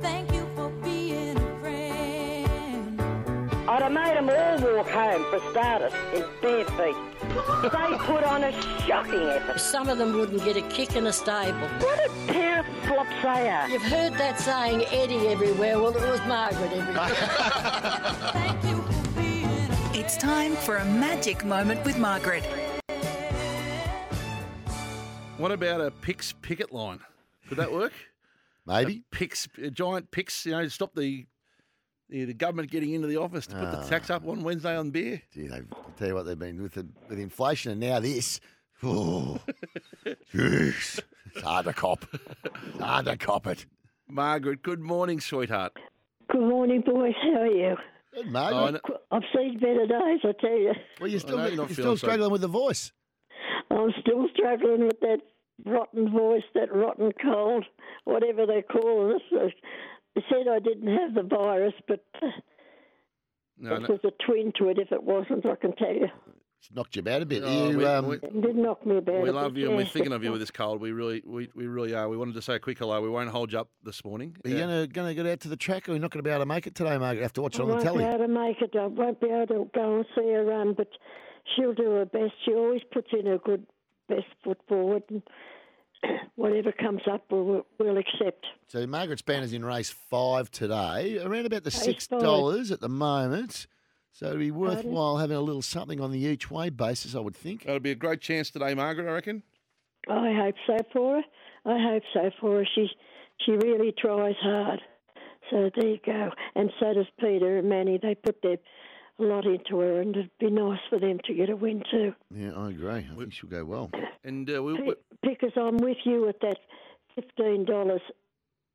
Thank you for being a friend. I'd have made 'em all walk home for starters in bare feet. They put on a shocking effort. Some of them wouldn't get a kick in a stable. What a pair of flops they are. You've heard that saying, Eddie everywhere. Well, it was Margaret everywhere. Thank you for being a It's time for a magic moment with Margaret. What about a pix picket line? Could that work? Maybe. Pix, a giant pix, you know, stop the the, the government getting into the office to put the tax Ah. up on Wednesday on beer. Gee, they, I'll tell you what they've been with the, with inflation and now this. Oh, jeez. It's hard to cop. It's hard to cop it. Margaret, good morning, sweetheart. Good morning, boys. How are you? Good, Oh, I Margaret. know- I've seen better days, I tell you. well, you're still, know you're you're not still feeling so- struggling with the voice. I'm still struggling with that rotten voice, that rotten cold, whatever they call it. They said I didn't have the virus, but uh, no, it no. was a twin to it if it wasn't, I can tell you. It's knocked you about a bit. Oh, you, we, um, we- It did knock me about we a love bit, you and we're yeah. thinking of you with this cold. We really, we, we really are. We wanted to say a quick hello. We won't hold you up this morning. are you gonna gonna get out to the track, or you're not gonna be able to make it today, Margaret? Have to watch I it on the won't be telly. able to make it. I won't be able to go and see her run, but she'll do her best. She always puts in her good best foot forward, and whatever comes up, we'll, we'll accept. So Margaret's band is in race five today, around about the six five. dollars at the moment. So it'd be worthwhile having a little something on the each way basis, I would think. That'll be a great chance today, Margaret, I reckon. I hope so for her. I hope so for her. She she really tries hard. So there you go. And so does Peter and Manny. They put their a lot into her, and it'd be nice for them to get a win too. Yeah, I agree. I think she'll go well. And uh, we, we, Pe- Because I'm with you at that fifteen dollars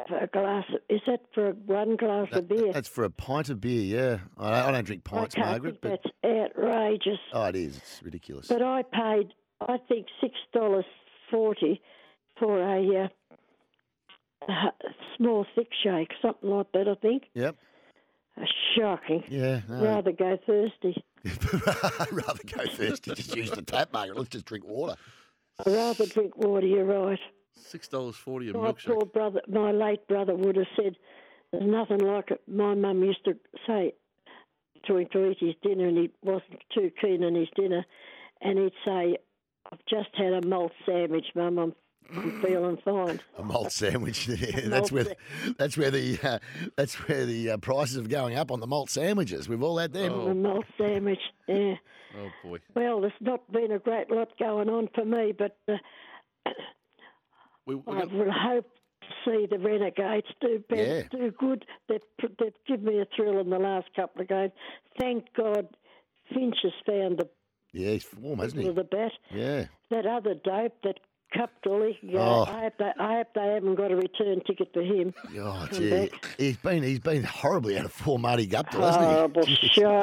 for a glass. Of, is that for one glass of beer? That's for a pint of beer, yeah. I don't, I don't drink I pints, can't Margaret, think but that's outrageous. oh, it is. It's ridiculous. But I paid, I think, six dollars forty for a, uh, a small thick shake, something like that. I think. yep. Shocking. Yeah. No. Rather go thirsty. Rather go thirsty. Just use the tap, Margaret. Let's just drink water. I rather drink water. You're right. $6.40 a My milkshake. poor brother, my late brother, would have said, "There's nothing like it." My mum used to say to him to eat his dinner, and he wasn't too keen on his dinner, and he'd say, "I've just had a malt sandwich, mum. I'm, I'm feeling fine." A malt sandwich. Yeah, malt that's where, that's where the, uh, that's where the uh, prices are going up on the malt sandwiches. We've all had them. A malt sandwich. Yeah. Oh, boy. Well, there's not been a great lot going on for me, but uh, We, we're I gonna- would hope to see the Renegades do better, Yeah. do good. They've, they've given me a thrill in the last couple of games. Thank God Finch has found the Yeah, he's warm, hasn't with he? the bat. Yeah. That other dope, that cup dolly, yeah, Oh. I, hope they, I hope they haven't got a return ticket for him. Oh, Come gee. back. Oh. He's been he's been horribly out of form, Marty Guptill, hasn't he? Horrible,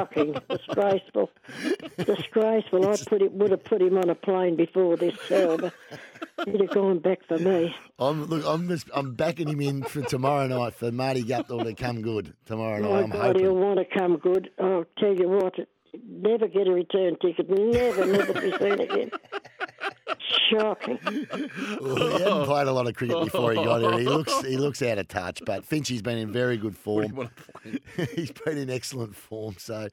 shocking, disgraceful, disgraceful. I put it, would have put him on a plane before this sale, but he'd have gone back for me. I'm look, I'm just, I'm backing him in for tomorrow night for Marty Guptill to come good tomorrow night. My I'm Oh, God, hoping. he'll want to come good. I'll tell you what, never get a return ticket. Never, never be seen again. Shocking. Well, he hadn't played a lot of cricket before he got here. He looks he looks out of touch, but Finchie's been in very good form. he's been in excellent form, so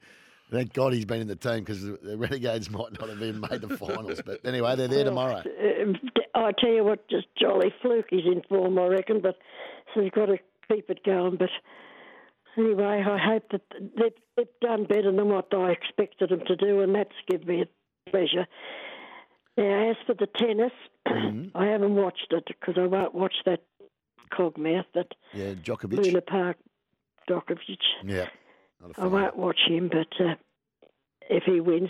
thank God he's been in the team because the Renegades might not have even made the finals. But anyway, they're there tomorrow. Um, I tell you what, just jolly fluke he's in form, I reckon. But so you've got to keep it going. But anyway, I hope that they've, they've done better than what I expected them to do, and that's given me a pleasure. Now, as for the tennis, I haven't watched it because I won't watch that cogmouth, that Yeah, Djokovic. Luna Park Dokovic. Yeah, not a I fan. won't watch him, but uh, if he wins,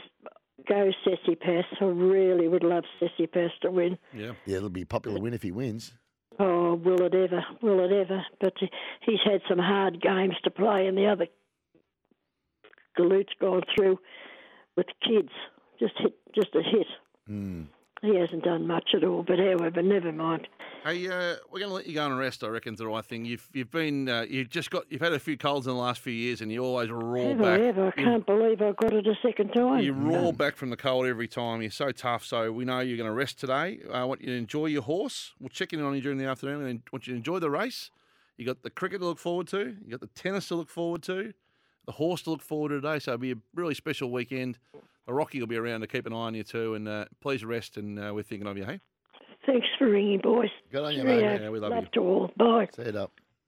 go Sissy Pass. I really would love Sissy Pass to win. yeah. Yeah, it'll be a popular win if he wins. Oh, will it ever? Will it ever? But he- he's had some hard games to play, and the other Galut's gone through with kids. Just hit, just a hit. Hmm. He hasn't done much at all. But however, never mind. Hey, uh, we're going to let you go and rest. I reckon's the right thing. You've you've been uh, you've just got you've had a few colds in the last few years, and you always roar Ever, back. ever. I You- can't believe I got it a second time. You roar back from the cold every time. You're so tough. So we know you're going to rest today. I want you to enjoy your horse. We'll check in on you during the afternoon, and I want you to enjoy the race. You got the cricket to look forward to. You got the tennis to look forward to. The horse to look forward to today. So it'll be a really special weekend. The Rocky will be around to keep an eye on you too. And uh, please rest. And uh, we're thinking of you. Hey. Thanks for ringing, boys. Good on you, Cheerio. mate. Yeah, we love love you. to all. Bye. See it up.